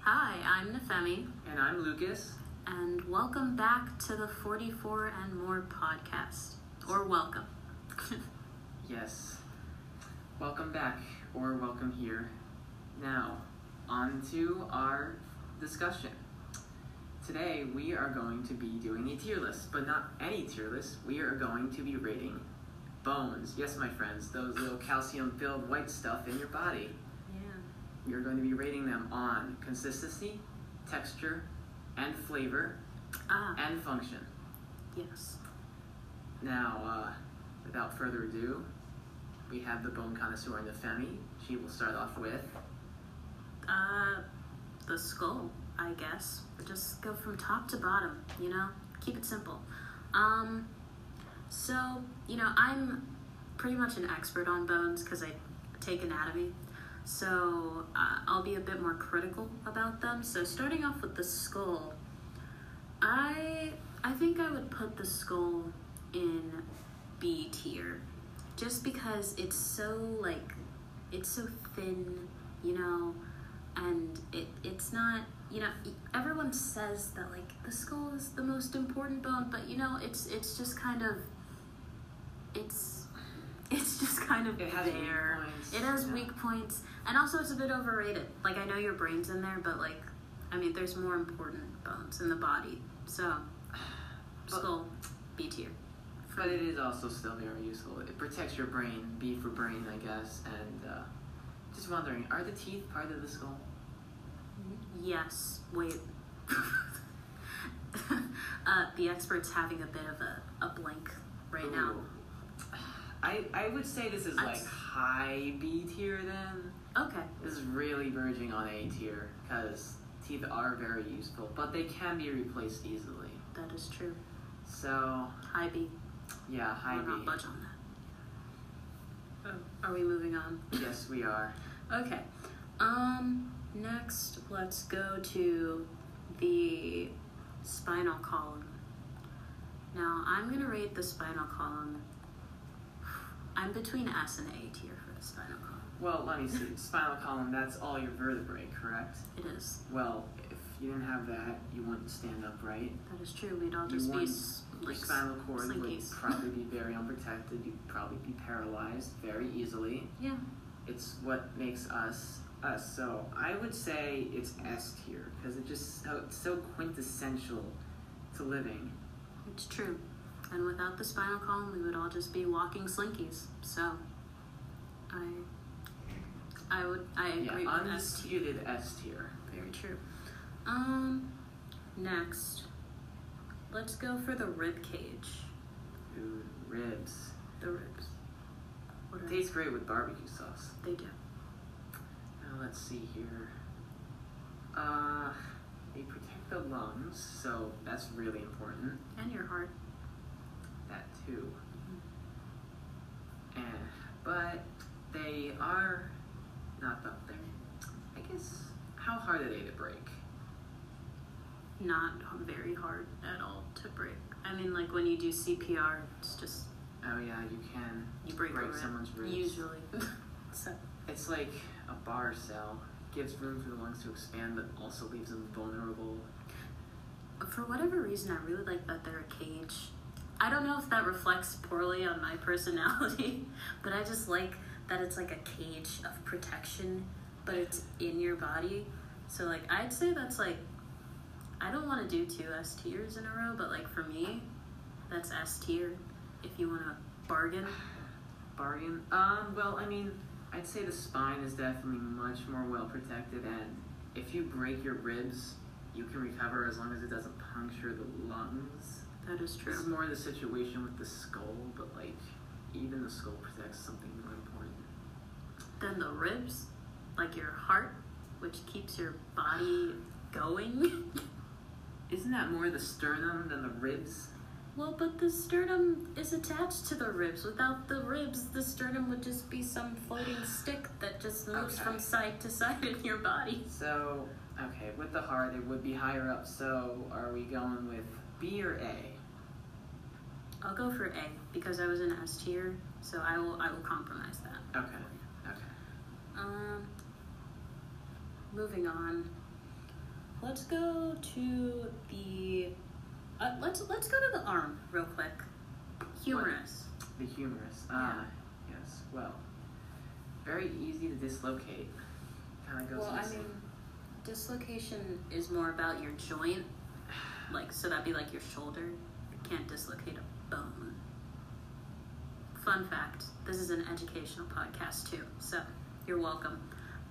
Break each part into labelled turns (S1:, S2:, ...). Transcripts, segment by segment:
S1: Hi, I'm Nefemi,
S2: And I'm Lucas.
S1: and welcome back to the 44 and More podcast. Or welcome.
S2: Yes. Welcome back, or welcome here. Now, on to our discussion. Today, we are going to be doing a tier list, but not any tier list. We are going to be rating bones. Yes, my friends, those little calcium filled white stuff in your body.
S1: yeah.
S2: We are going to be rating them on consistency, texture, and flavor,
S1: Ah,
S2: and function.
S1: yes.
S2: Now, uh, without further ado, we have the bone connoisseur in the Femi. She will start off with.
S1: Uh, the skull, I guess. Just go from top to bottom, you know? Keep it simple. Um, so, you know, I'm pretty much an expert on bones because I take anatomy. So uh, I'll be a bit more critical about them. So starting off with the skull, I I think I would put the skull in B tier, just because it's so like it's so thin, you know, and it it's not you know e, everyone says that like the skull is the most important bone, but you know it's it's just kind of it's it's just kind of
S2: It has weak
S1: there.
S2: points,
S1: It has
S2: yeah.
S1: weak points, and also it's a bit overrated. Like I know your brain's in there, but like, I mean, there's more important bones in the body. So, skull, B tier.
S2: But it is also still very useful. It protects your brain, B for brain, I guess. And uh, just wondering, are the teeth part of the skull? Mm-hmm.
S1: Yes. Wait. uh, the expert's having a bit of a, a blank right now.
S2: Ooh. I, I would say this is
S1: I'd
S2: like
S1: s-
S2: high B tier then.
S1: Okay.
S2: This is really verging on A tier because teeth are very useful, but they can be replaced easily.
S1: That is true.
S2: So,
S1: High B.
S2: yeah, high
S1: We'll not
S2: B.
S1: budge on that. Oh, are we moving on?
S2: Yes, we are.
S1: Okay. Um. Next, let's go to the spinal column. Now, I'm gonna rate the spinal column. I'm between S and A tier for the spinal column.
S2: Well, let me see. Spinal column, that's all your vertebrae, correct?
S1: It is.
S2: Well, if you didn't have that, you wouldn't stand upright.
S1: That is true. We'd all
S2: You
S1: just be
S2: want
S1: s-
S2: Your
S1: like
S2: spinal cord
S1: slinkies.
S2: would probably be very unprotected. You'd probably be paralyzed very easily.
S1: yeah.
S2: It's what makes us us. So I would say it's S tier because it just so, it's so quintessential to living.
S1: It's true. And without the spinal column, we would all just be walking slinkies. So, I, I would, I
S2: yeah,
S1: agree with S tier.
S2: undisputed S tier.
S1: Very true. Um, next, let's go for the rib cage.
S2: Ooh, ribs
S1: The ribs. What are
S2: tastes great with barbecue sauce.
S1: they do?
S2: Now let's see here. Uh, they protect the lungs, so that's really important.
S1: And your heart.
S2: That too.
S1: Mm-hmm.
S2: And but they are not up there. I guess how hard are they to break?
S1: Not very hard at all to break. I mean, like when you do CPR, it's just
S2: Oh yeah, you can.
S1: you break,
S2: Break
S1: a rib,
S2: someone's ribs.
S1: usually. so
S2: It's like a bar cell. Gives room for the lungs to expand, but also leaves them vulnerable.
S1: For whatever reason, I really like that they're a cage. I don't know if that reflects poorly on my personality, but I just like that it's like a cage of protection, but it's in your body. So, like, I'd say that's like, I don't want to do two S tiers in a row, but like for me, that's S tier if you want to bargain.
S2: Bargain. Um. Well, I mean, I'd say the spine is definitely much more well protected, and if you break your ribs, you can recover as long as it doesn't puncture the lungs.
S1: That is
S2: It's
S1: true.
S2: more the situation with the skull, but like even the skull protects something more important.
S1: Then the ribs, like your heart, which keeps your body going.
S2: Isn't that more the sternum than the ribs?
S1: Well, but the sternum is attached to the ribs. Without the ribs, the sternum would just be some floating stick that just moves
S2: Okay.
S1: from side to side in your body.
S2: So okay, with the heart it would be higher up. So are we going with B or A?
S1: I'll go for A because I was in S tier, so I will I will compromise that.
S2: Okay. Okay.
S1: Um, moving on. Let's go to the. Uh, let's let's go to the arm real quick. Humorous.
S2: The humerus. Ah, yes. Well, very easy to dislocate. Kind of goes
S1: Well, I
S2: missing.
S1: mean, dislocation is more about your joint, like so that'd be like your shoulder. You can't dislocate a bone. Fun fact: This is an educational podcast too, so you're welcome.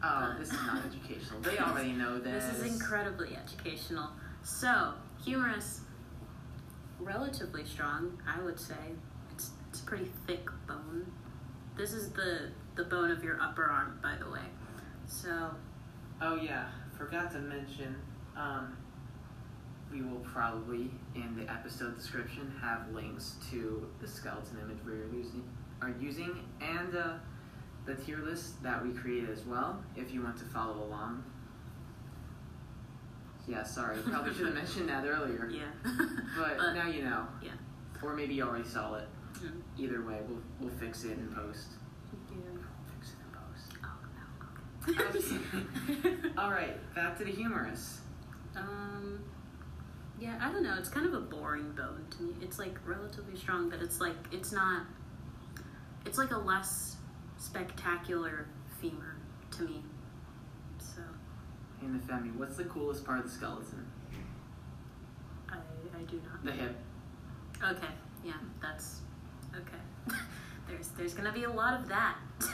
S1: Uh,
S2: oh, this is not educational. They already know this.
S1: This is incredibly educational. So humorous, relatively strong, I would say. It's it's a pretty thick bone. This is the the bone of your upper arm, by the way. So
S2: Oh yeah, forgot to mention. Um, we will probably in the episode description have links to the skeleton image we are using, are using, and uh, the tier list that we created as well. If you want to follow along. Yeah, sorry, probably should have mentioned that earlier.
S1: yeah, Uh,
S2: But,
S1: But-
S2: now you know.
S1: yeah.
S2: Or maybe you already saw it.
S1: Mm.
S2: Either way, we'll we'll fix it in post.
S1: Yeah.
S2: Fix it in post.
S1: Oh, no, okay.
S2: Okay. All right, back to the humorous.
S1: um, yeah, I don't know. It's kind of a boring bone to me. It's like relatively strong, but it's like it's not. It's like a less spectacular femur to me. So
S2: In the Femi, what's the coolest part of the skeleton?
S1: I I do not.
S2: The hip.
S1: Okay, yeah, that's okay. there's there's gonna be a lot of that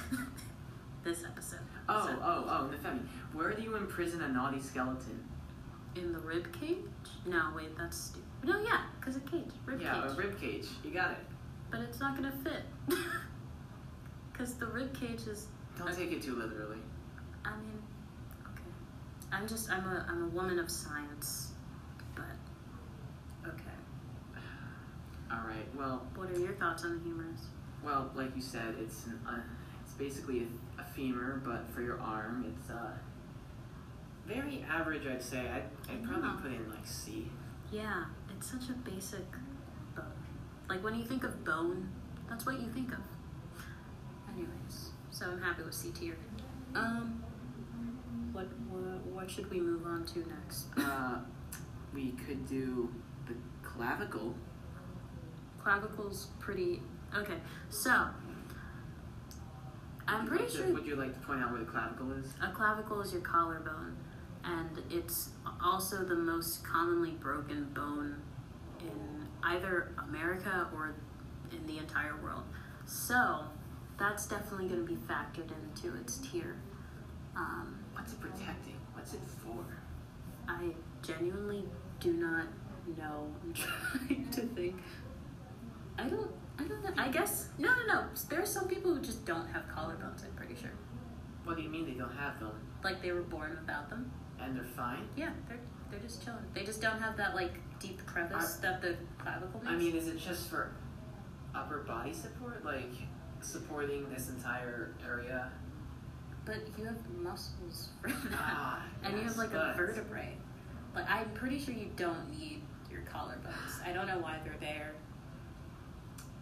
S1: this episode.
S2: Oh,
S1: So-
S2: oh, oh, in the Femi. Where do you imprison a naughty skeleton?
S1: in the rib cage? No, wait, that's stupid. No, yeah, because a cage, rib
S2: yeah,
S1: cage.
S2: a rib cage. You got it.
S1: But it's not gonna fit. Because the rib cage is.
S2: Don't
S1: Okay.
S2: take it too literally.
S1: I mean, okay. I'm just. I'm a. I'm a woman of science. But. Okay.
S2: All right. Well,
S1: What are your thoughts on the humerus?
S2: well, like you said, it's an, uh, it's basically a, a femur, but for your arm, it's uh very average. I'd say. I'd, I'd probably
S1: Yeah.
S2: put in like C.
S1: Yeah, it's such a basic bone. Like when you think of bone, that's what you think of. Anyways, so I'm happy with C tier. Um. What, what what should we move on to next?
S2: Uh, we could do the clavicle.
S1: Clavicle's pretty okay. So I'm
S2: Would you
S1: pretty
S2: like to-
S1: sure
S2: Would you like to point out where the clavicle is?
S1: A clavicle is your collarbone, and it's also the most commonly broken bone in either America or in the entire world. So that's definitely going to be factored into its tier. Um,
S2: What's it protecting? What's it for?
S1: I genuinely do not know. I'm trying to think. I don't. I don't know. I guess no, no, no. There are some people who just don't have collarbones. I'm pretty sure.
S2: What do you mean they don't have them?
S1: Like they were born without them.
S2: And they're fine?
S1: Yeah, they're they're just chilling. They just don't have that like deep crevice that the clavicle makes.
S2: I mean, is it just for upper body support? Like supporting this entire area?
S1: but you have muscles for that,
S2: Ah,
S1: and you
S2: yes,
S1: have like a
S2: but-
S1: vertebrae. But I'm pretty sure you don't need your collarbones. I don't know why they're there.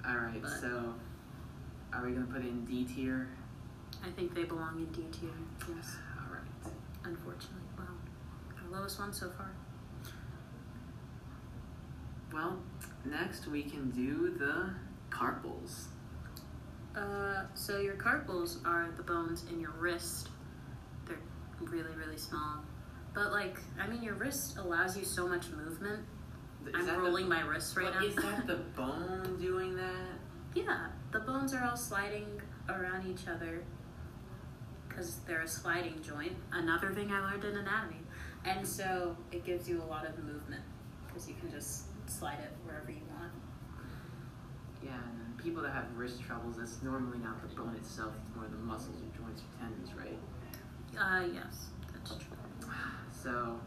S2: Alright,
S1: But-
S2: so are we gonna put in D tier?
S1: I think they belong in D tier. Yes,
S2: Alright.
S1: unfortunately. Wow, our lowest one so far.
S2: Well, next we can do the carpals.
S1: Uh, so your carpals are the bones in your wrist. They're really really small. But like, I mean, your wrist allows you so much movement.
S2: Is that
S1: I'm
S2: the-
S1: rolling my wrists right
S2: but
S1: now.
S2: Is that the bone doing that?
S1: Yeah, the bones are all sliding around each other because they're a sliding joint. Another thing I learned in anatomy. And so it gives you a lot of movement because you can just slide it wherever you want.
S2: Yeah, and then people that have wrist troubles, that's normally not the bone itself, it's more the muscles or joints or tendons, right?
S1: Uh, yes, that's true.
S2: So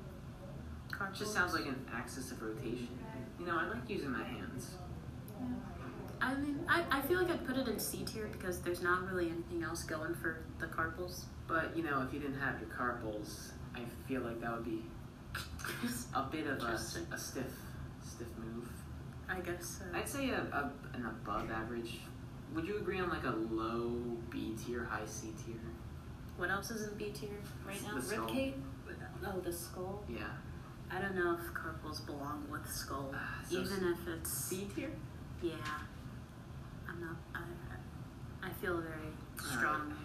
S1: Carpal.
S2: it just sounds like an axis of rotation. You know, I like using my hands.
S1: I mean, I, I feel like I'd put it in C tier because there's not really anything else going for the carpals.
S2: But you know, if you didn't have your carpals, I feel like that would be a bit of a,
S1: Interesting.
S2: a stiff, stiff move.
S1: I guess so.
S2: I'd say a, a, an above average. Would you agree on like a low B tier, high C tier?
S1: What else is in B tier right now?
S2: The skull.
S1: Ribcage? Oh, the skull?
S2: Yeah.
S1: I don't know if carpals belong with skull,
S2: Ah, so
S1: even if it's
S2: C tier?
S1: yeah. I'm not. I I feel very strong. on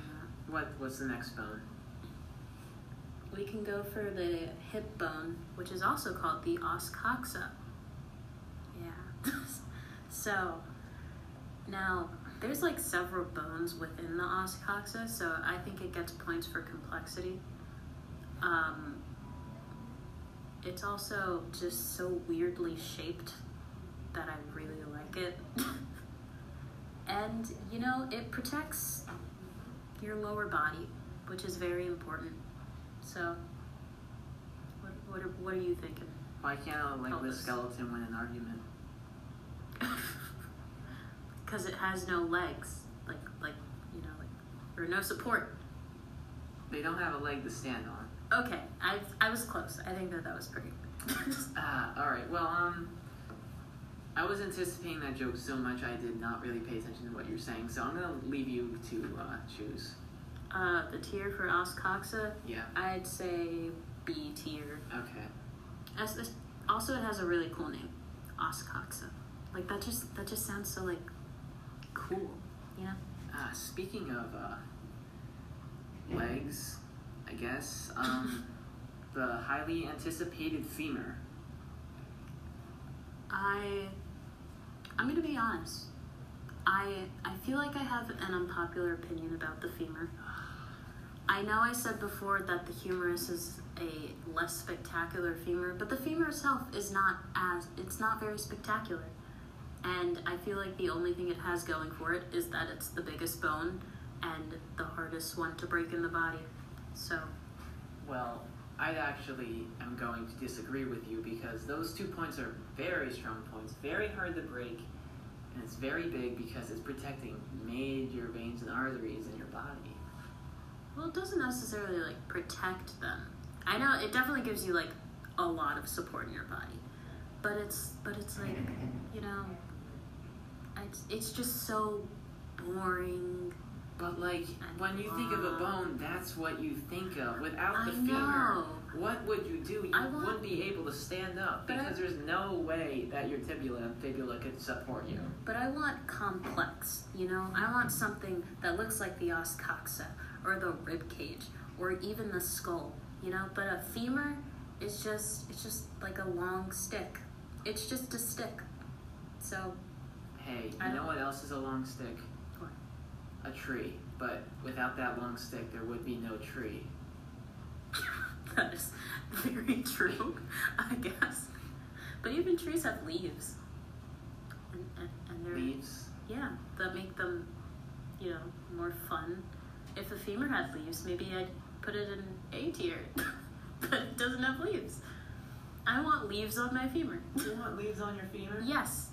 S2: What what's the next bone?
S1: that. We can go for the hip bone, which is also called the os coxa. Yeah. so now there's like several bones within the os coxa, so I think it gets points for complexity. Um, it's also just so weirdly shaped that I really like it. and you know, it protects your lower body, which is very important. So, what what are, what are you thinking?
S2: Why can't I like the
S1: Pelvis.
S2: skeleton win an argument?
S1: Because it has no legs, like like you know, like or no support.
S2: They don't have a leg to stand on.
S1: Okay, I I was close. I think that that was pretty.
S2: Ah, all right. Well, um, I was anticipating that joke so much I did not really pay attention to what you're saying. So I'm gonna leave you to uh, choose.
S1: uh, the tier for Oscoxa,
S2: Yeah.
S1: I'd say B tier.
S2: Okay.
S1: As this, also, it has a really cool name, Oscoxa. Like that just that just sounds so like cool, you know?
S2: Uh, speaking of uh, legs, I guess um, the highly anticipated femur.
S1: I I'm gonna be honest. I I feel like I have an unpopular opinion about the femur. I know I said before that the humerus is a less spectacular femur, but the femur itself is not as it's not very spectacular. And I feel like the only thing it has going for it is that it's the biggest bone and the hardest one to break in the body. So
S2: Well, I actually am going to disagree with you because those two points are very strong points, very hard to break, and it's very big because it's protecting major veins and arteries in your body.
S1: Well, it doesn't necessarily like protect them. I know it definitely gives you like a lot of support in your body, but it's but it's like you know, it's it's just so boring.
S2: But like when you think of a bone, that's what you think of. Without the
S1: I
S2: femur,
S1: know.
S2: what would you do? You
S1: I want-
S2: wouldn't be able to stand up
S1: But I-
S2: because there's no way that your tibula and fibula could support you.
S1: But I want complex, you know. I want something that looks like the os coxa or the rib cage or even the skull, you know. But a femur is just it's just like a long stick. It's just a stick. So
S2: Hey,
S1: I
S2: you know
S1: don't-
S2: what else is a long stick?
S1: What?
S2: A tree. But without that long stick, there would be no tree.
S1: That is very true, I guess. But even trees have leaves. And, and, and they're,
S2: Leaves.
S1: yeah, that make them, you know, more fun. If a femur had leaves, maybe I'd put it in A tier. but it doesn't have leaves. I want leaves on my femur.
S2: You want leaves on your femur?
S1: yes.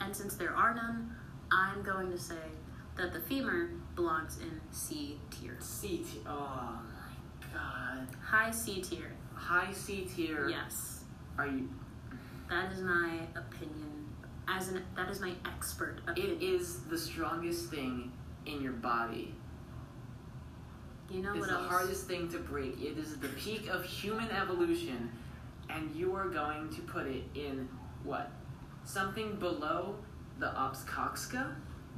S1: And since there are none, I'm going to say that the femur belongs in C tier.
S2: C tier. Oh my god.
S1: High C tier.
S2: High C tier.
S1: Yes.
S2: Are you?
S1: That is my opinion. As an that is my expert opinion.
S2: It is the strongest thing in your body.
S1: you know
S2: It's
S1: what
S2: the
S1: else?
S2: hardest thing to break. It is the peak of human evolution, and you are going to put it in what? Something below the Opscoxca?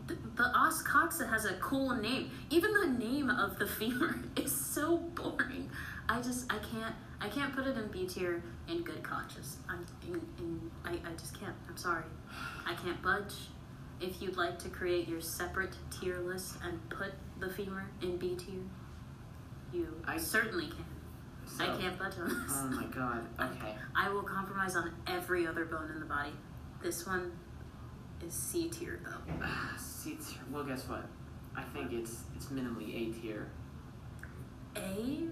S1: The, the os coxa has a cool name. Even the name of the femur is so boring. I just I can't I can't put it in B tier in good conscience. I'm in, in I, I just can't. I'm sorry. I can't budge. If you'd like to create your separate tier list and put the femur in B tier, you
S2: I-
S1: certainly can.
S2: So,
S1: I can't budge on this.
S2: Oh my god. Okay.
S1: I will compromise on every other bone in the body. This one is C tier though.
S2: Ah, C tier. Well, guess what? I think it's it's minimally A tier.
S1: A?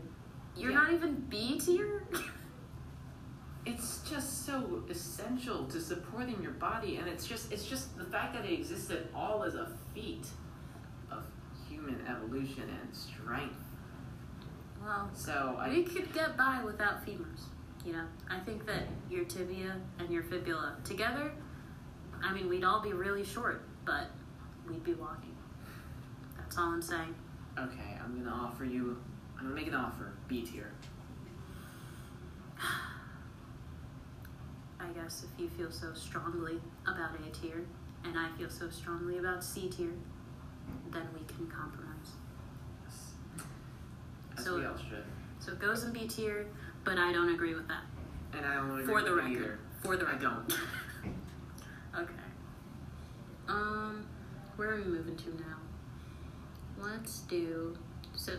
S1: You're
S2: Yeah.
S1: not even B tier?
S2: it's just so essential to supporting your body and it's just it's just the fact that it exists at all is a feat of human evolution and strength
S1: well,
S2: so
S1: we
S2: i
S1: could get by without femurs. You know, I think that your tibia and your fibula together, I mean, we'd all be really short, but we'd be walking. That's all I'm saying.
S2: okay i'm gonna offer you i'm gonna make an offer b tier
S1: I guess, if you feel so strongly about A tier and I feel so strongly about C tier, then we can compromise.
S2: Yes. As
S1: So-
S2: we all should.
S1: So it goes in B tier, but I don't agree with that.
S2: And I don't agree
S1: For the
S2: with
S1: record.
S2: you either.
S1: For the
S2: I
S1: record.
S2: don't.
S1: okay. Um, where are we moving to now? Let's do so.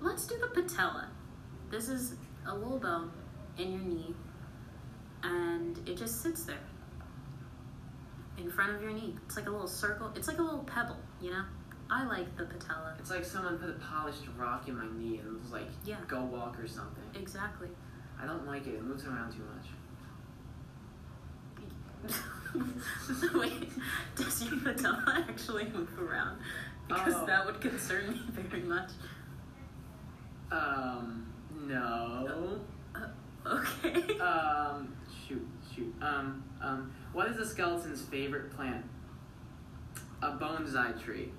S1: Let's do the patella. This is a little bone in your knee, and it just sits there in front of your knee. It's like a little circle. It's like a little pebble, you know. I like the patella.
S2: It's like someone put a polished rock in my knee and was like,
S1: Yeah.
S2: go walk or something.
S1: Exactly.
S2: I don't like it. It moves around too much.
S1: Wait, does your patella actually move around? Because
S2: Oh.
S1: that would concern me very much.
S2: Um, no.
S1: Uh, okay.
S2: Um, shoot, shoot. Um, um, what is a skeleton's favorite plant? A bonsai tree.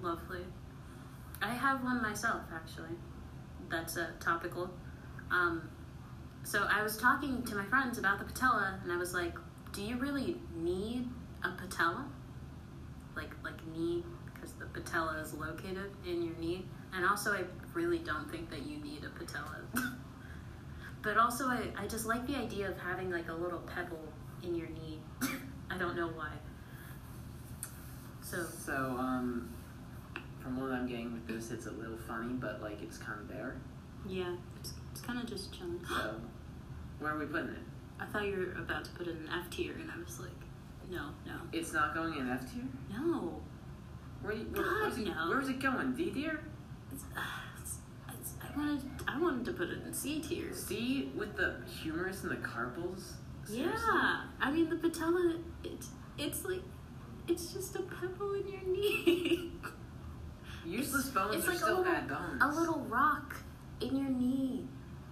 S1: Lovely. I have one myself, actually. That's uh, topical. Um, so I was talking to my friends about the patella, and I was like, "Do you really need a patella? Like, like knee, because the patella is located in your knee. And also, I really don't think that you need a patella. but also, I, I just like the idea of having like a little pebble in your knee. I don't know why. So
S2: So, um, from what I'm getting with this, it's a little funny, but like it's kind of there.
S1: Yeah, it's, it's kind of just chilling.
S2: So, where are we putting it?
S1: I thought you were about to put in an F tier, and I was like, no, no,
S2: It's not going in F tier.
S1: no.
S2: Where, you- where, where's, it,
S1: God, no.
S2: where's it going? D tier?
S1: It's, it's, it's, I wanted I wanted to put it in C tier.
S2: C with the humerus and the carpals. Seriously?
S1: Yeah, I mean the patella, it's it's like it's just a pebble in your knee,
S2: Useless bones
S1: it's
S2: are
S1: like a
S2: still
S1: little-
S2: bad bones.
S1: a little rock in your knee.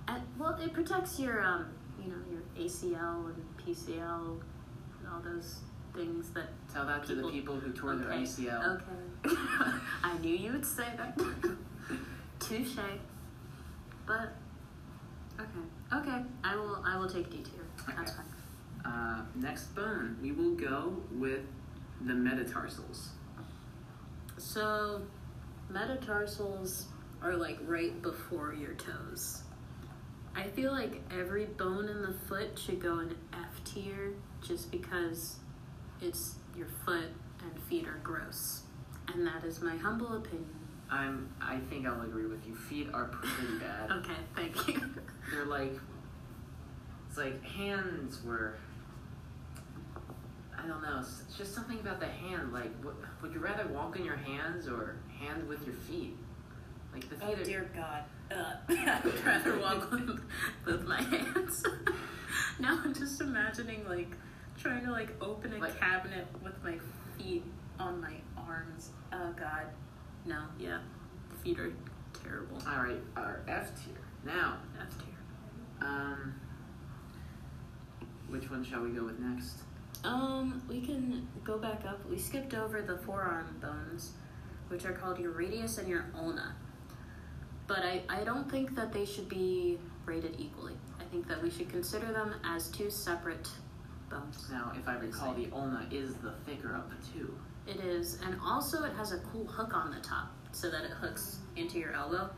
S1: And, well, it protects your um you know your ACL and PCL and all those things that
S2: Tell that to the
S1: people-
S2: people who tore their
S1: Okay,
S2: ACL.
S1: Okay. I knew you would say that. Touche. But okay. Okay. I will I will take D tier. That's
S2: Okay.
S1: fine.
S2: Uh, next bone, we will go with the metatarsals.
S1: So metatarsals are like right before your toes. I feel like every bone in the foot should go in F tier just because it's your foot and feet are gross. And that is my humble opinion.
S2: I'm. I think I'll agree with you. Feet are pretty bad.
S1: Okay, thank you.
S2: They're like. It's like hands were. I don't know. It's it's just something about the hand. Like, what, would you rather walk on your hands or hand with your feet? Like the feet
S1: Oh
S2: are.
S1: dear God! Uh, I'd rather walk with, with my hands. now I'm just imagining like trying to like open a
S2: Like-
S1: cabinet with my feet on my arms. Oh God! No, yeah, feet are terrible.
S2: All right, our F tier. Now,
S1: That's terrible.
S2: um, which one shall we go with next?
S1: Um, we can go back up. We skipped over the forearm bones, which are called your radius and your ulna. But I, I don't think that they should be rated equally. I think that we should consider them as two separate bones.
S2: Now, if I recall, the ulna is the thicker of the two.
S1: It is, and also it has a cool hook on the top so that it hooks into your elbow.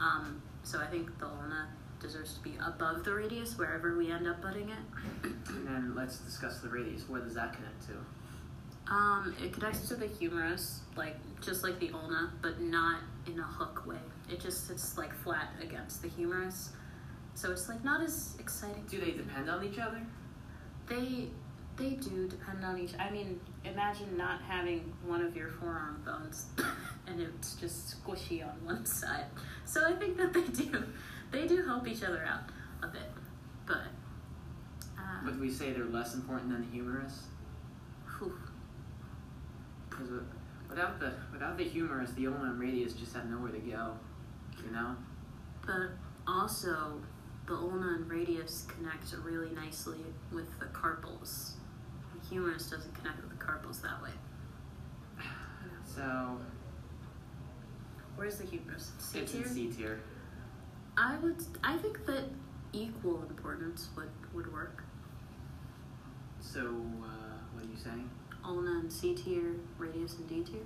S1: Um, so I think the ulna deserves to be above the radius wherever we end up putting it.
S2: And then let's discuss the radius. Where does that connect to?
S1: Um, it connects to the humerus, like just like the ulna, but not in a hook way. It just sits like flat against the humerus, so it's like not as exciting.
S2: Do they depend on each other?
S1: They they do depend on each. I mean, imagine not having one of your forearm bones, and it's just squishy on one side. So I think that they do they do help each other out a bit, but uh,
S2: Would we say they're less important than the humerus?
S1: whew.
S2: Because without the without the humerus, the ulna and radius just have nowhere to go. You know?
S1: But also, the ulna and radius connect really nicely with the carpals. The humerus doesn't connect with the carpals that way.
S2: So
S1: Where's the humerus? C
S2: it's in
S1: tier?
S2: C tier.
S1: I would. I think that equal importance would would work.
S2: So, uh, what are you saying?
S1: Ulna and C tier, radius and D tier.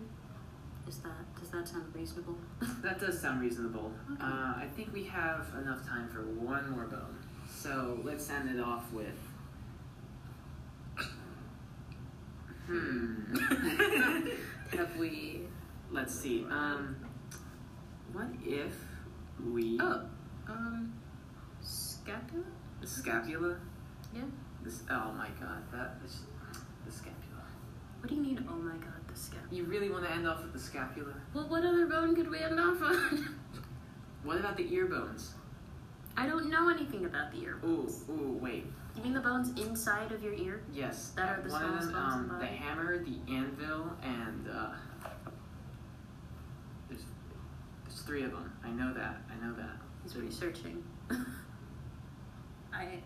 S1: Is that does that sound reasonable?
S2: That does sound reasonable.
S1: Okay.
S2: Uh, I think we have enough time for one more bone. So let's end it off with. Hmm. have we? Let's see. Um, what if we?
S1: Oh, um, scapula.
S2: the scapula.
S1: Yeah.
S2: This. Oh my God. That. This, the scapula.
S1: What do you mean? Oh my God, the scapula.
S2: You really want to end off with the scapula?
S1: Well, what other bone could we end off on?
S2: What about the ear bones?
S1: I don't know anything about the ear.
S2: Ooh. Ooh. Wait.
S1: You mean the bones inside of your ear?
S2: Yes,
S1: That are the
S2: one of
S1: smallest
S2: them,
S1: bones in
S2: um,
S1: the
S2: the
S1: body.
S2: hammer, the anvil, and uh, there's there's three of them. I know that. I know that.
S1: He's researching. I,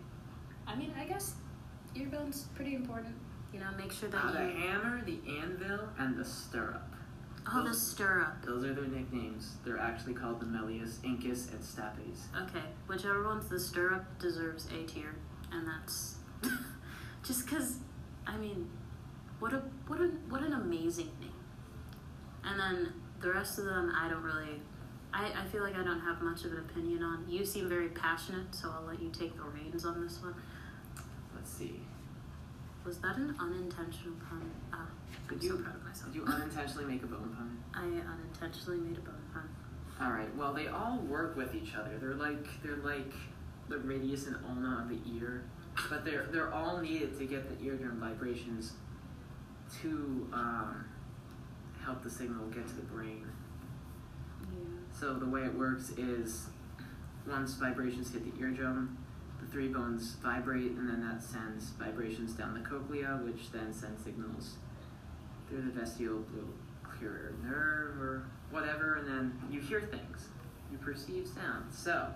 S1: I mean, I guess ear bones pretty important. You know, make sure that
S2: Uh, the
S1: you.
S2: hammer, the anvil, and the stirrup.
S1: Oh, the stirrup.
S2: Those are their nicknames. They're actually called the Melius, Incus, and Stapes.
S1: Okay, whichever one's the stirrup deserves A tier, and that's just because. I mean, what a what a what an amazing name. And then the rest of them, I don't really. I, I feel like I don't have much of an opinion on. You seem very passionate, so I'll let you take the reins on this one.
S2: Let's see.
S1: Was that an unintentional pun? Ah, I'm
S2: Did you-
S1: so proud of myself.
S2: Did you unintentionally make a bone pun?
S1: I unintentionally made a bone pun.
S2: All right. Well, they all work with each other. They're like they're like the radius and ulna of the ear, but they're they're all needed to get the eardrum vibrations to um, help the signal get to the brain.
S1: Yeah.
S2: So the way it works is once vibrations hit the eardrum, the three bones vibrate, and then that sends vibrations down the cochlea, which then sends signals through the vestibular clear nerve or whatever, and then you hear things. You perceive sounds. So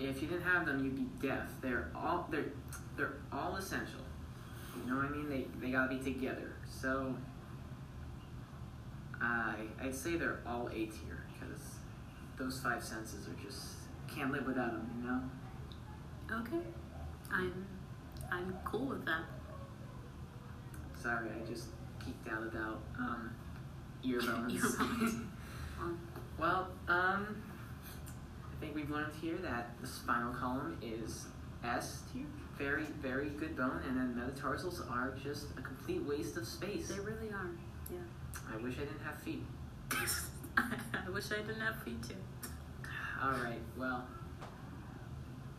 S2: if you didn't have them, you'd be deaf. They're all they're they're all essential. You know what I mean? They they gotta be together. So I I'd say they're all A tier because those five senses are just can't live without them. You know?
S1: Okay. I'm I'm cool with that.
S2: Sorry, I just geeked out about um, ear
S1: Ear bones.
S2: bones.
S1: Well,
S2: Well, um, I think we've learned here that the spinal column is S tier, very, very good bone, and then metatarsals are just a complete waste of space.
S1: they really are. Yeah.
S2: I wish I didn't have feet.
S1: I wish I didn't have feet too.
S2: All right, well,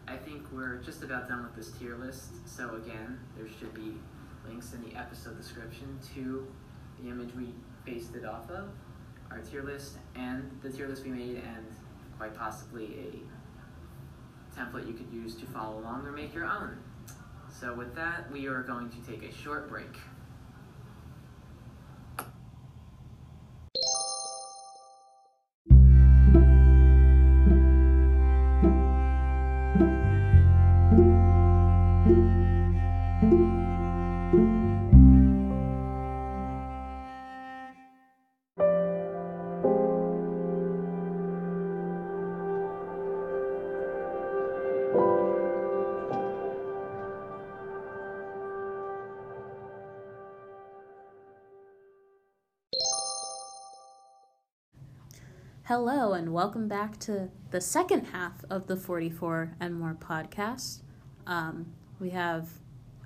S2: I think we're just about done with this tier list. So again, there should be links in the episode description to the image we based it off of, our tier list, and the tier list we made, and quite possibly a template you could use to follow along or make your own. So with that, we are going to take a short break.
S1: Hello, and welcome back to the second half of the 44 and More podcast. Um, we have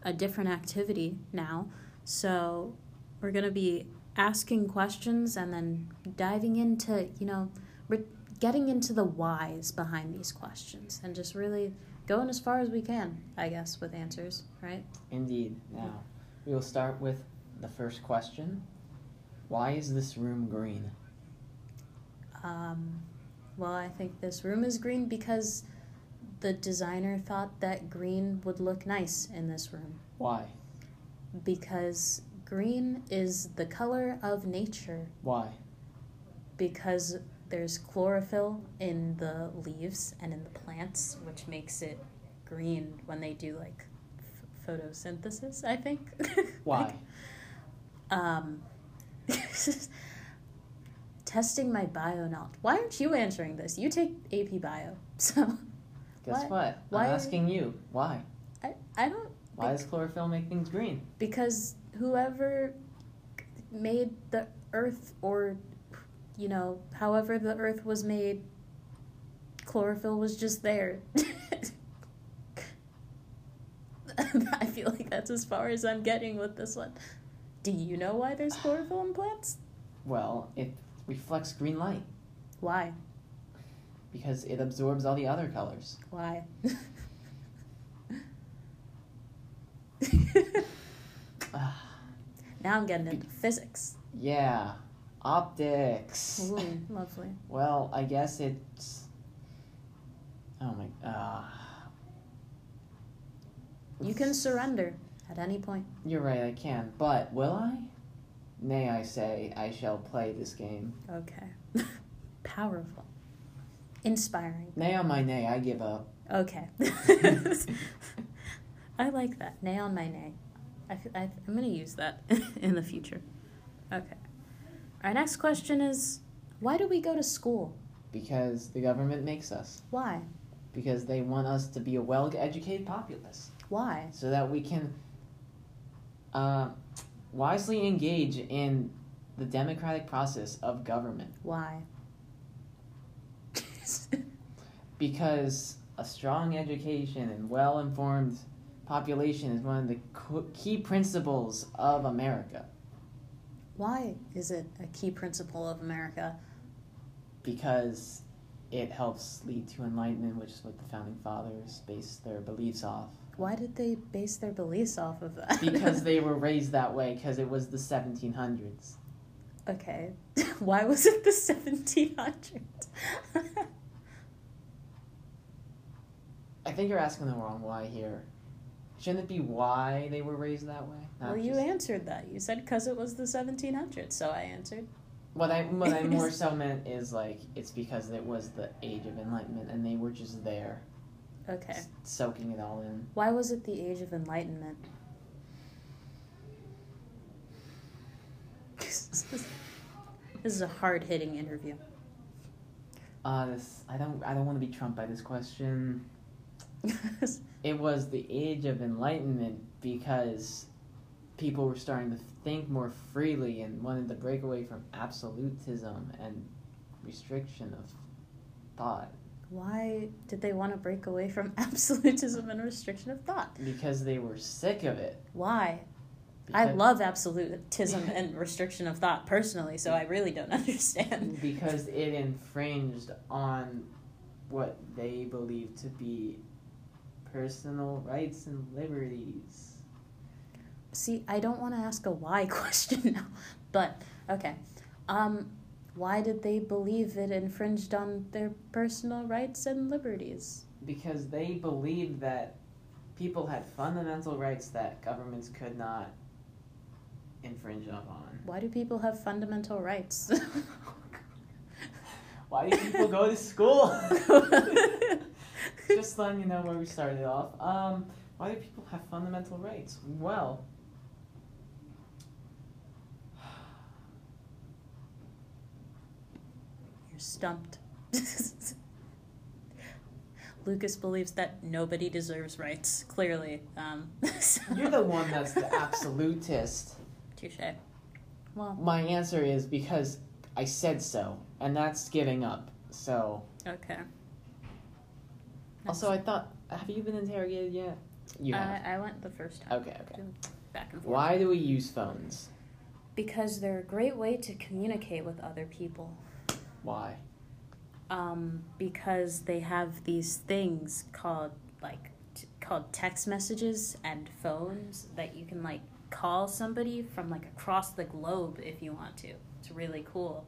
S1: a different activity now, so we're going to be asking questions and then diving into, you know, we're getting into the whys behind these questions and just really going as far as we can, I guess, with answers, right?
S3: Indeed. Now, we will start with the first question Why is this room green?
S1: Um, well, I think this room is green because the designer thought that green would look nice in this room
S3: Why?
S1: because green is the color of nature
S3: Why?
S1: because there's chlorophyll in the leaves and in the plants which makes it green when they do like f- photosynthesis i think
S3: Why?
S1: um testing my bio knowledge why aren't you answering this you take ap bio so
S3: Guess
S1: Why-
S3: what?
S1: why are-
S3: I'm asking you. Why?
S1: I, I don't
S2: Why does chlorophyll make things green?
S4: because whoever made the earth or you know however the earth was made chlorophyll was just there i feel like that's as far as i'm getting with this one do you know why there's chlorophyll in plants
S2: Well, it reflects green light
S4: why
S2: because it absorbs all the other colors.
S4: why
S2: Ah,
S4: now i'm getting into physics
S2: yeah, optics.
S4: Ooh, lovely
S2: Well, I guess it's. Oh my. Uh,
S4: you can surrender at any point
S2: You're right, I can. But will I? Nay, I say, I shall play this game.
S4: Okay. Powerful. Inspiring.
S2: Nay on my nay, I give up.
S4: Okay. I like that. Nay on my nay. I, f- I, am going to use that in the future. Okay. Our next question is why do we go to school?
S2: Because the government makes us.
S4: Why?
S2: Because they want us to be a well educated populace.
S4: Why?
S2: So that we can uh, wisely engage in the democratic process of government.
S4: Why?
S2: Because a strong education and well informed population is one of the co- key principles of America.
S4: why is it a key principle of America?
S2: because it helps lead to enlightenment, which is what the founding fathers based their beliefs off.
S4: Why did they base their beliefs off of that?
S2: Because they were raised that way, because it was the 1700s.
S4: Okay. Why was it the 1700s?
S2: I think you're asking the wrong why here. Shouldn't it be why they were raised that way? Not
S4: well, you
S2: just-
S4: answered that. You said because it was the 1700s, so I answered.
S2: What I what I more so meant is like it's because it was the age of enlightenment, and they were just there,
S4: Okay.
S2: s- soaking it all in.
S4: Why was it the Age of Enlightenment? this is a hard hitting interview.
S2: Uh, this I don't I don't want to be trumped by this question. it was the age of enlightenment because people were starting to think more freely and wanted to break away from absolutism and restriction of thought
S4: Why did they want to break away from absolutism and restriction of thought?
S2: because they were sick of it.
S4: Why? I
S2: Because-
S4: love absolutism and restriction of thought personally, so I really don't understand.
S2: because it infringed on what they believed to be personal rights and liberties.
S4: See, I don't want to ask a why question now, but okay. Um, why did they believe it infringed on their personal rights and liberties?
S2: because they believed that people had fundamental rights that governments could not infringe upon.
S4: Why do people have fundamental rights?
S2: Why do people go to school? Just letting you know where we started off. Um, why do people have fundamental rights? Well,
S4: You're stumped. Lucas believes that nobody deserves rights. Clearly, um, so-
S2: you're the one that's the absolutist.
S4: Touche. Well,
S2: My answer is because I said so, and that's giving up. So,
S4: okay.
S2: also, I thought, have you been interrogated yet? You have.
S4: Uh, I, I went the first time.
S2: Okay, okay.
S4: Back and forth.
S2: Why do we use phones?
S4: Because they're a great way to communicate with other people.
S2: Why?
S4: Um, because they have these things called like t- called text messages and phones that you can like call somebody from like across the globe if you want to. It's really cool.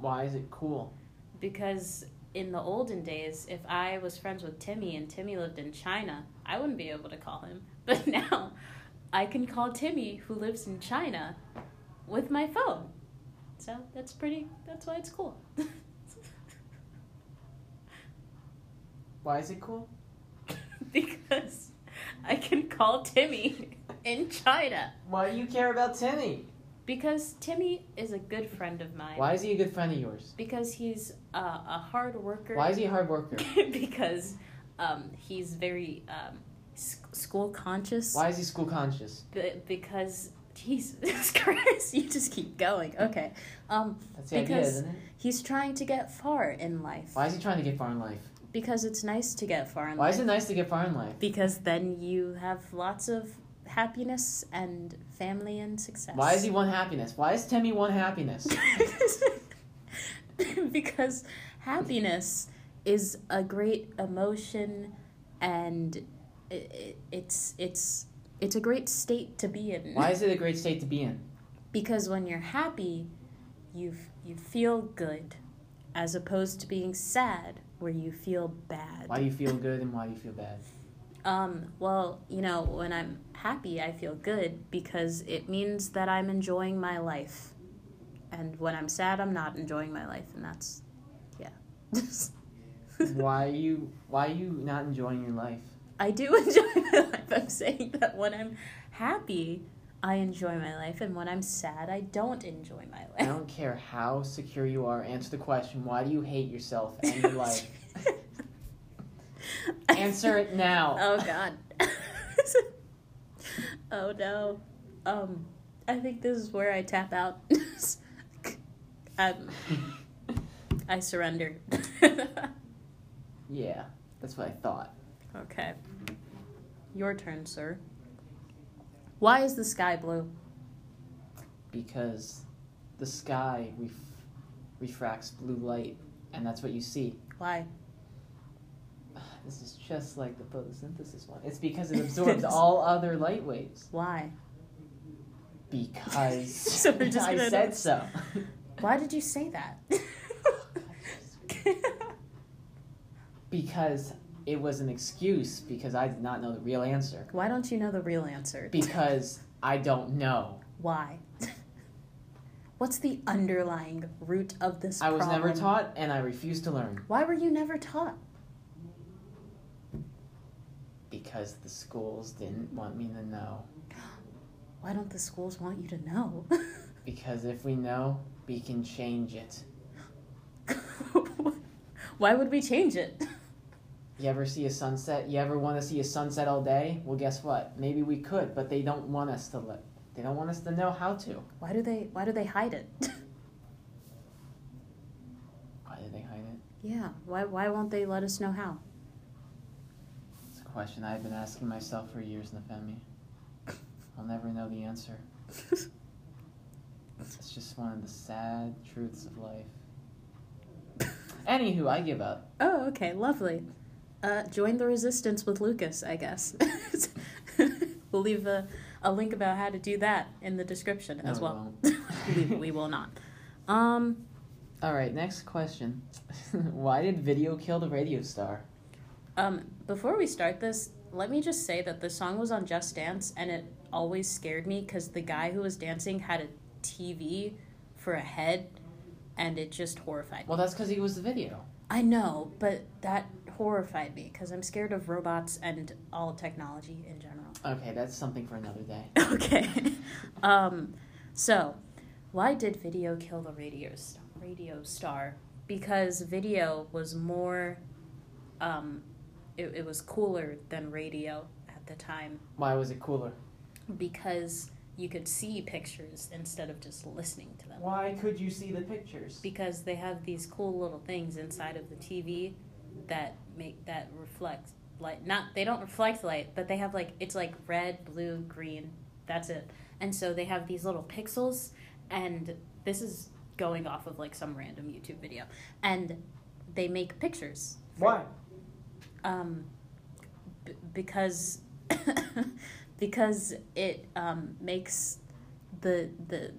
S2: Why is it cool?
S4: Because in the olden days, if I was friends with Timmy and Timmy lived in China, I wouldn't be able to call him. But now I can call Timmy who lives in China with my phone. So that's pretty that's why it's cool.
S2: Why is it cool?
S4: because I can call Timmy in China.
S2: Why do you care about Timmy?
S4: Because Timmy is a good friend of mine.
S2: Why is he a good friend of yours?
S4: Because he's a, a hard worker.
S2: Why is he a hard worker?
S4: because um, he's very um, s- school conscious
S2: Why is he school conscious?
S4: b- because Jesus Christ, you just keep going. Okay, um,
S2: That's the idea,
S4: Because-
S2: isn't it?
S4: he's trying to get far in life
S2: Why is he trying to get far in life?
S4: because it's nice to get far in
S2: Why
S4: life.
S2: is it nice to get far in life?
S4: Because then you have lots of happiness and family and success.
S2: Why is he one happiness? Why is Timmy one happiness?
S4: because happiness is a great emotion and i i it's it's it's a great state to be in.
S2: Why is it a great state to be in?
S4: Because when you're happy, you f- you feel good as opposed to being sad where you feel bad.
S2: Why do you feel good and why do you feel bad?
S4: Um, well, you know, when I'm happy, I feel good because it means that I'm enjoying my life. And when I'm sad, I'm not enjoying my life, and that's, yeah.
S2: Why are you why are you not enjoying your life?
S4: I do enjoy my life. I'm saying that when I'm happy, I enjoy my life, and when I'm sad, I don't enjoy my
S2: I
S4: life.
S2: don't care how secure you are, answer the question, why do you hate yourself and your life? Answer it now.
S4: Oh God. oh no. Um, I think this is where I tap out. um, I surrender.
S2: yeah, that's what I thought.
S4: okay. Your turn, sir. Why is the sky blue?
S2: Because the sky ref- refracts blue light, and that's what you see.
S4: Why?
S2: This is just like the photosynthesis one. It's because it absorbs all other light waves.
S4: Why?
S2: Because
S4: So we're just
S2: I
S4: gonna-
S2: said so.
S4: Why did you say that?
S2: because it was an excuse because I did not know the real answer.
S4: Why don't you know the real answer?
S2: Because I don't know.
S4: Why? What's the underlying root of this
S2: I was
S4: problem?
S2: never taught and I refuse to learn
S4: Why were you never taught?
S2: because the schools didn't want me to know.
S4: Why don't the schools want you to know?
S2: Because if we know, we can change it.
S4: Why would we change it?
S2: You ever see a sunset? You ever want to see a sunset all day? Well, guess what? Maybe we could, but they don't want us to let. They don't want us to know how to.
S4: Why do they why do they hide it?
S2: Why did they hide it?
S4: yeah, why why won't they let us know how?
S2: It's a question I've been asking myself for years, Nefemi. I'll never know the answer. It's just one of the sad truths of life. Anywho, I give up.
S4: oh, okay, lovely. Uh, join the resistance with Lucas, I guess. we'll leave a, a link about how to do that in the description
S2: No,
S4: as
S2: we
S4: well.
S2: won't.
S4: we, we will not. Um,
S2: All right, next question. Why did video kill the radio star?
S4: um, before we start this, let me just say that the song was on Just Dance, and it always scared me because the guy who was dancing had a TV for a head, and it just horrified me.
S2: Well, that's because he was the video.
S4: I know, but that horrified me because I'm scared of robots and all technology in general.
S2: Okay, that's something for another day.
S4: Okay. um, so, why did video kill the radio star? Radio star because video was more, um, it, it was cooler than radio at the time
S2: Why was it cooler?
S4: because you could see pictures instead of just listening to them.
S2: Why could you see the pictures?
S4: Because they have these cool little things inside of the TV that make that reflect light. Not they don't reflect light, but they have like it's like red, blue, green. That's it. And so they have these little pixels, and this is going off of like some random YouTube video, and they make pictures.
S2: Why?
S4: Um, b- because because it um, makes the the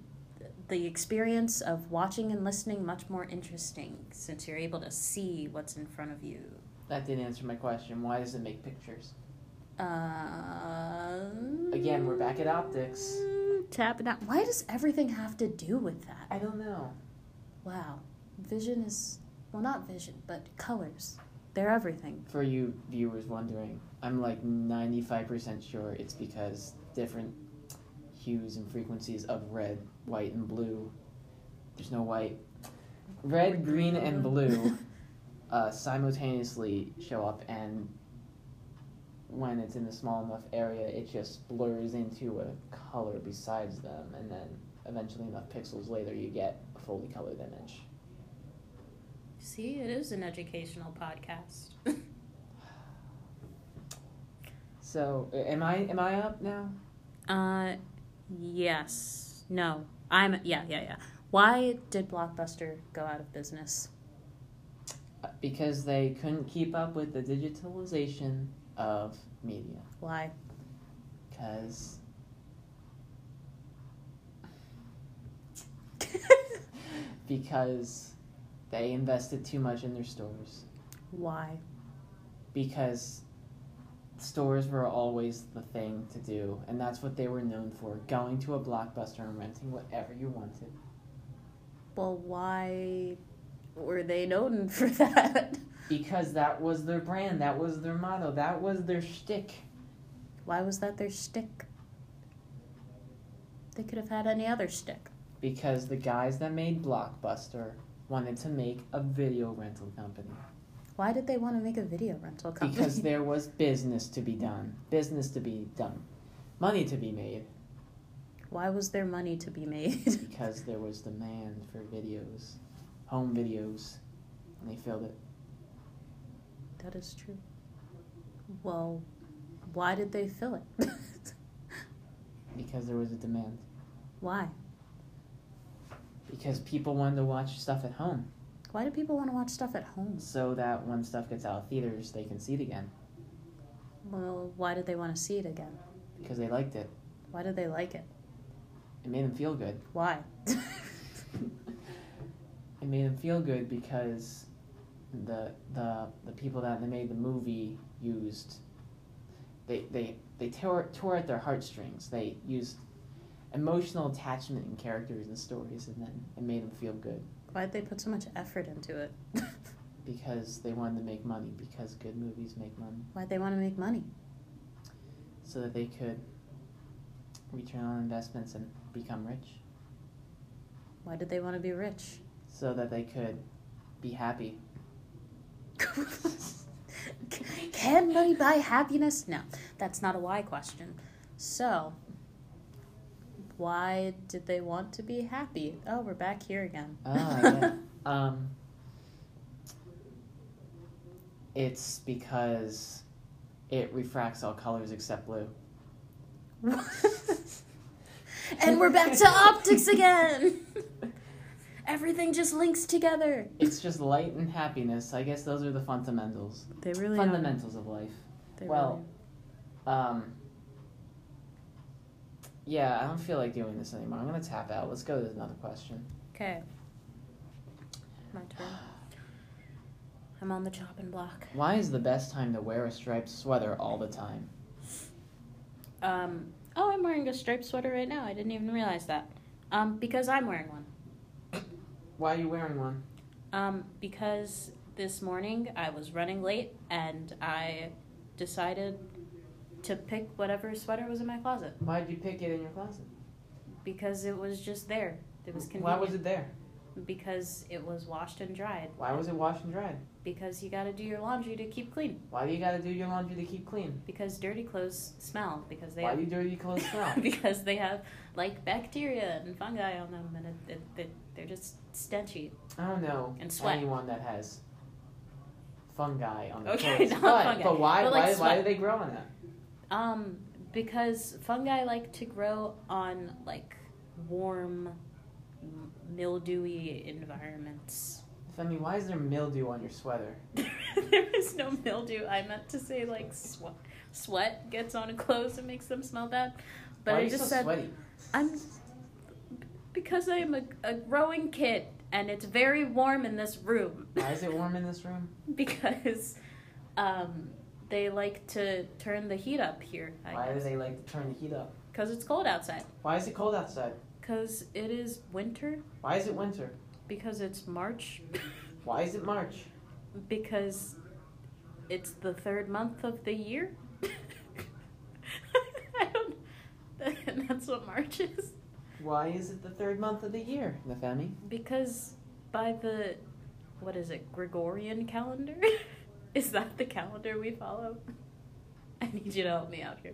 S4: the experience of watching and listening much more interesting since you're able to see what's in front of you.
S2: That didn't answer my question. Why does it make pictures?
S4: Um,
S2: Again, we're back at optics.
S4: Tapping out. Why does everything have to do with that?
S2: I don't know.
S4: Wow, vision is well, not vision, but colors. They're everything.
S2: For you viewers wondering, I'm like 95% sure it's because different hues and frequencies of red, white, and blue. There's no white. Red, green, and blue uh, simultaneously show up and when it's in a small enough area, it just blurs into a color besides them, and then eventually enough pixels later, you get a fully colored image.
S4: See, it is an educational podcast.
S2: So, a- am I am I up now?
S4: uh, yes. No. I'm. Yeah, yeah, yeah. Why did Blockbuster go out of business?
S2: Uh, Because they couldn't keep up with the digitalization of media.
S4: Why?
S2: Because because they invested too much in their stores.
S4: Why?
S2: because stores were always the thing to do, and that's what they were known for going to a blockbuster and renting whatever you wanted.
S4: Well, why were they known for that?
S2: Because that was their brand, that was their motto, that was their shtick.
S4: Why was that their stick? They could have had any other stick.
S2: Because the guys that made Blockbuster wanted to make a video rental company.
S4: Why did they want to make a video rental company?
S2: Because there was business to be done, business to be done, money to be made,
S4: Why was there money to be made?
S2: because there was demand for videos, home videos, and they filled it.
S4: that is true. Well, why did they fill it?
S2: Because there was a demand.
S4: why?
S2: because people wanted to watch stuff at home
S4: Why do people want to watch stuff at home?
S2: so that when stuff gets out of theaters they can see it again
S4: Well, why did they want to see it again?
S2: because they liked it
S4: Why did they like it?
S2: it made them feel good
S4: Why?
S2: it made them feel good because the the the people that made the movie used they they they tore tore at their heartstrings they used emotional attachment in characters and stories and then it made them feel good
S4: why did they put so much effort into it?
S2: because they wanted to make money because good movies make money
S4: why did they want to make money?
S2: so that they could return on investments and become rich
S4: Why did they want to be rich?
S2: so that they could be happy.
S4: Can money buy happiness? No, that's not a why question. So, why did they want to be happy? Oh, we're back here again.
S2: Ah, yeah. um, it's because it refracts all colors except blue.
S4: and we're back to optics again. Everything just links together.
S2: It's just light and happiness. I guess those are the fundamentals.
S4: They really
S2: fundamentals of life. well, Um, yeah, I don't feel like doing this anymore. I'm gonna tap out. Let's go to another question.
S4: okay. My turn. I'm on the chopping block.
S2: Why is the best time to wear a striped sweater all the time?
S4: Um, oh, I'm wearing a striped sweater right now. I didn't even realize that. Um, because I'm wearing one.
S2: Why are you wearing one?
S4: Um, because this morning I was running late and I decided to pick whatever sweater was in my closet
S2: Why did you pick it in your closet?
S4: because it was just there. It was
S2: Why
S4: convenient.
S2: was it there?
S4: Because it was washed and dried.
S2: Why was it washed and dried?
S4: Because you got to do your laundry to keep clean.
S2: Why do you gotta do your laundry to keep clean?
S4: Because dirty clothes smell. Because they
S2: Why
S4: have
S2: do you dirty clothes smell?
S4: because they have like bacteria and fungi on them, and it, it, it, they're just stenchy.
S2: I don't know
S4: And sweat.
S2: anyone that has fungi on their
S4: Okay,
S2: clothes.
S4: not
S2: but,
S4: fungi,
S2: but why?
S4: but, like,
S2: why? Why
S4: sweat.
S2: do they grow on that?
S4: Um, because fungi like to grow on like warm, m- mildewy environments.
S2: I mean, why is there mildew on your sweater?
S4: there is no mildew. I meant to say like sweat. Sweat gets on clothes and makes them smell bad. But
S2: why are
S4: I
S2: you
S4: just
S2: so
S4: said
S2: sweaty?
S4: I'm because I am a, a growing kid and it's very warm in this room.
S2: Why is it warm in this room?
S4: because um, they like to turn the heat up here.
S2: Why
S4: I
S2: do they like to turn the heat up?
S4: Because it's cold outside.
S2: Why is it cold outside?
S4: Because it is winter.
S2: Why is it winter?
S4: Because it's March.
S2: Why is it March?
S4: because it's the third month of the year. I don't. And that's what March is.
S2: Why is it the third month of the year, Nefemi?
S4: Because by the. What is it? Gregorian calendar? is that the calendar we follow? I need you to help me out here.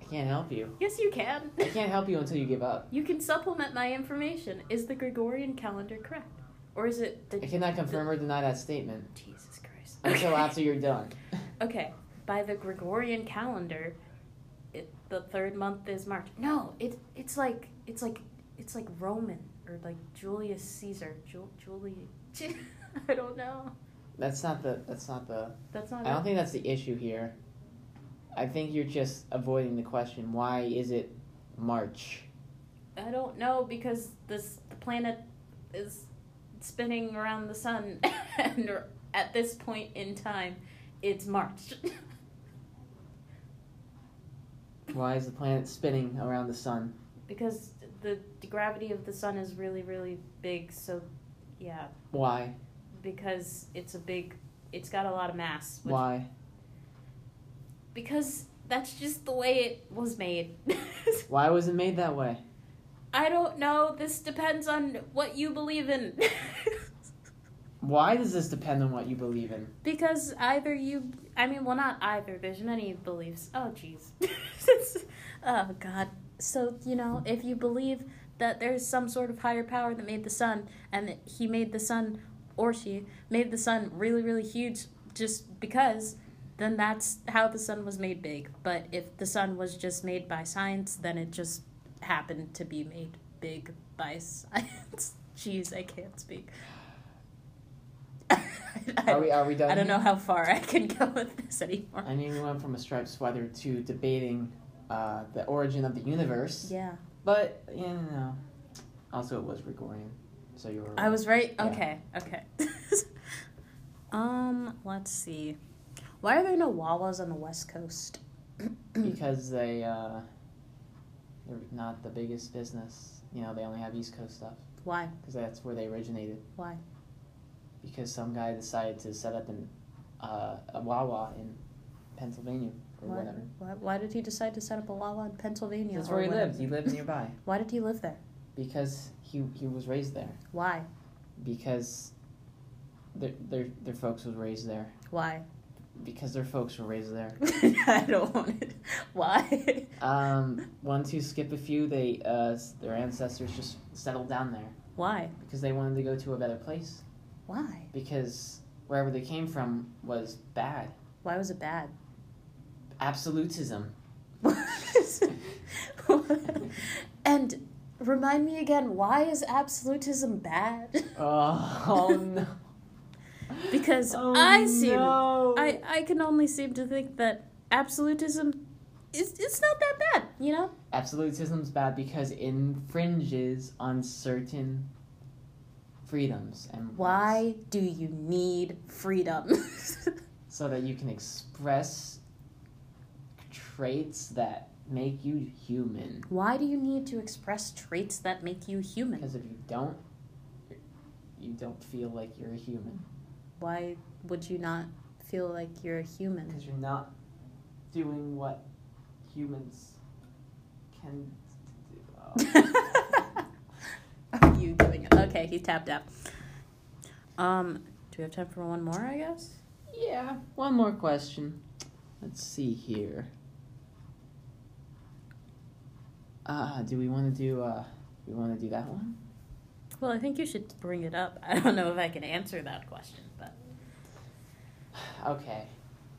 S2: I can't help you.
S4: Yes, you can.
S2: I can't help you until you give up.
S4: You can supplement my information. Is the Gregorian calendar correct? Or is it the.
S2: I cannot confirm or deny that statement
S4: Jesus Christ.
S2: until after you're done.
S4: Okay, by the Gregorian calendar, it, the third month is March. No, it it's like it's like it's like Roman or like Julius Caesar. Ju- Julie, I don't know.
S2: That's not the. That's not the.
S4: That's not.
S2: I don't
S4: it.
S2: think that's the issue here. I think you're just avoiding the question. Why is it March?
S4: I don't know because this the planet is spinning around the sun, and at this point in time, it's March.
S2: Why is the planet spinning around the sun?
S4: because the, the gravity of the sun is really really big. So, yeah.
S2: Why?
S4: because it's a big it's got a lot of mass which-
S2: Why?
S4: because that's just the way it was made
S2: Why was it made that way?
S4: i don't know this depends on what you believe in
S2: Why does this depend on what you believe in?
S4: because either you i mean well not either there's many beliefs oh jeez It's- oh god so you know if you believe that there's some sort of higher power that made the sun and that he made the sun or she made the sun really really huge just because then that's how the sun was made big but if the sun was just made by science then it just happened to be made big by science jeez i can't speak
S2: Are we are we done?
S4: I don't
S2: here?
S4: know how far I can go with this anymore.
S2: I mean, we went from a striped sweater to debating uh, the origin of the universe.
S4: Yeah.
S2: But yeah, no, no. Also, it was Gregorian, so you were.
S4: I was right.
S2: Yeah.
S4: Okay. Okay. um, let's see. Why are there no Wawas on the West Coast? Mm.
S2: because they uh, they're not the biggest business. You know, they only have East Coast stuff
S4: Why?
S2: because that's where they originated.
S4: Why?
S2: Because some guy decided to set up an uh, a Wawa in Pennsylvania or
S4: Why,
S2: whatever.
S4: why? Why did he decide to set up a Wawa in Pennsylvania?
S2: That's
S4: or
S2: where he
S4: whatever?
S2: lived. He lived nearby
S4: Why did he live there?
S2: because he he was raised there
S4: Why?
S2: because their their their folks was raised there
S4: Why?
S2: because their folks were raised there.
S4: I don't want it. Why?
S2: Um, once you skip a few, they uh, s- their ancestors just settled down there
S4: Why?
S2: because they wanted to go to a better place
S4: Why?
S2: because wherever they came from was bad.
S4: Why was it bad?
S2: Absolutism.
S4: and remind me again, why is absolutism bad?
S2: Oh, oh no!
S4: because
S2: Oh,
S4: I seem
S2: no.
S4: I, I can only seem to think that absolutism is it's not that bad, you know?
S2: absolutism's bad because it infringes on certain freedoms and rights
S4: Why do you need freedom?
S2: so that you can express traits that make you human.
S4: why do you need to express traits that make you human?
S2: Because if you don't, you're- you don't feel like you're a human.
S4: Why would you not feel like you're a human?
S2: Because you're not doing what humans can do.
S4: Are you doing it? Okay, he tapped out. Um, do we have time for one more, I guess?
S2: yeah. One more question. Let's see here. Uh, do we want to do? Uh, we want to do that one?
S4: Well, I think you should bring it up. I don't know if I can answer that question, but
S2: Okay.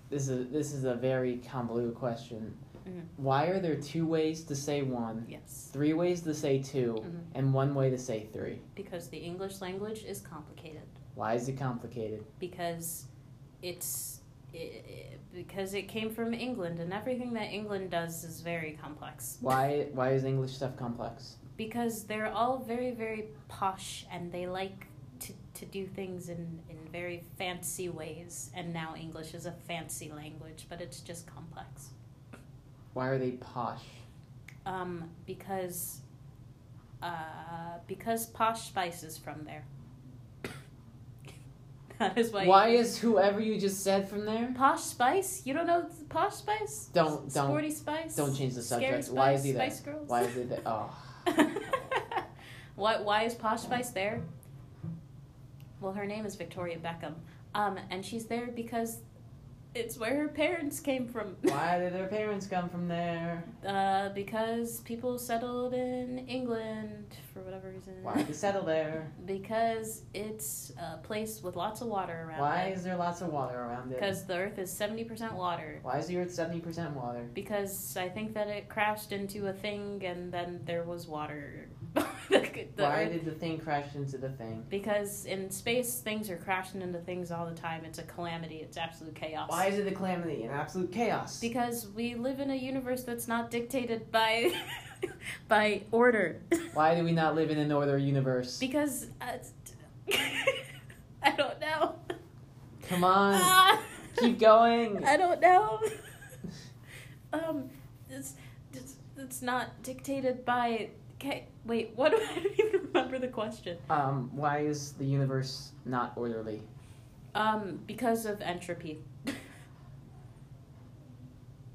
S2: This is this is a very convoluted question.
S4: Mhm.
S2: Why are there two ways to say one,
S4: yes.
S2: three ways to say 2
S4: Mhm.
S2: and one way to say three?
S4: Because the English language is complicated.
S2: Why is it complicated?
S4: Because it's. i i because it came from England, and everything that England does is very complex.
S2: Why why is English stuff complex?
S4: because they're all very very posh and they like to, to do things in, in very fancy ways and now english is a fancy language but it's just complex
S2: Why are they posh?
S4: um, because uh, because posh spice is from there that is why
S2: Why, is whoever you just said from there?
S4: posh spice you don't know posh spice
S2: Don't-
S4: S-
S2: don't-
S4: sporty spice
S2: Don't change the
S4: Scary
S2: subject. why is
S4: Spice,
S2: he there?
S4: Spice Girls?
S2: Why is it there? Oh,
S4: why, why is Posh Spice there? Well, her name is Victoria Beckham. Um, and she's there because i- It's where her parents came from.
S2: Why did her parents come from there?
S4: Uh, because people settled in England for whatever reason.
S2: Why did they settle there?
S4: Because it's a place with lots of water around.
S2: Why
S4: it.
S2: is there lots of water around it?
S4: Because the Earth is seventy percent water.
S2: Why is the Earth seventy percent water?
S4: Because I think that it crashed into a thing and then there was water. The- the
S2: Why
S4: Earth-
S2: did the thing crash into the thing?
S4: Because in space, things are crashing into things all the time. It's a calamity. It's absolute chaos.
S2: Why is it a calamity and absolute chaos?
S4: Because we live in a universe that's not dictated by by order.
S2: Why do we not live in an order universe?
S4: Because uh, I don't know.
S2: Come on,
S4: Ah, Uh,
S2: keep going.
S4: I don't know. um, it's, it's it's not dictated by. Okay, wait. What? do I I don't even remember the question.
S2: Um, why is the universe not orderly?
S4: Um, because of entropy.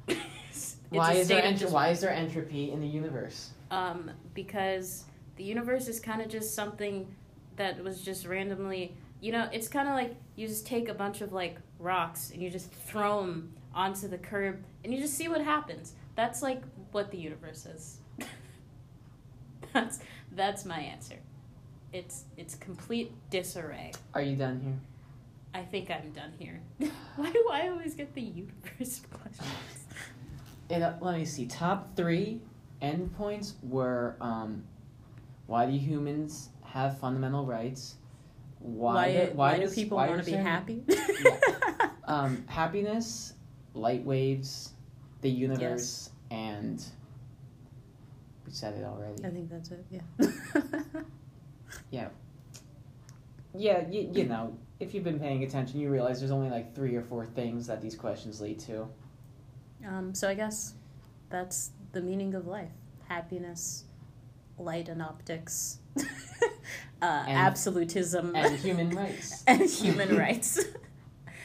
S4: It's a
S2: Why is there
S4: state of
S2: ent-
S4: dis-
S2: why is there entropy in the universe?
S4: Um, because the universe is kind of just something that was just randomly. You know, it's kind of like you just take a bunch of like rocks and you just throw them onto the curb and you just see what happens. That's like what the universe is. that's that's my answer. It's it's complete disarray.
S2: Are you done here?
S4: I think I'm done here. Why do I always get the universe questions?
S2: It, uh, let me see. Top three endpoints were um, why do humans have fundamental rights? Why do, why does- why are certain- Um, happiness, light waves, the universe, and we said it already.
S4: think that's it. Yeah.
S2: Yeah, you, you know, if you've been paying attention, you realize there's only like three or four things that these questions lead to.
S4: um, so I guess that's the meaning of life: happiness, light and optics, uh, absolutism,
S2: and human rights.
S4: and human rights.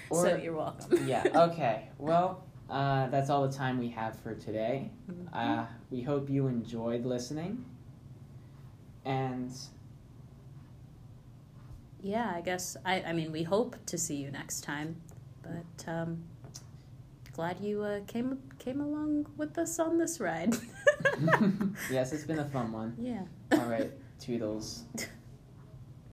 S2: Or
S4: so you're welcome.
S2: yeah. oh. Okay. Well, uh, that's all the time we have for today.
S4: Mhm.
S2: Uh, we hope you enjoyed listening. And
S4: yeah, I guess I. I mean, we hope to see you next time, but um, glad you uh, came came along with us on this ride.
S2: yes, it's been a fun one.
S4: yeah.
S2: All right, Toodles.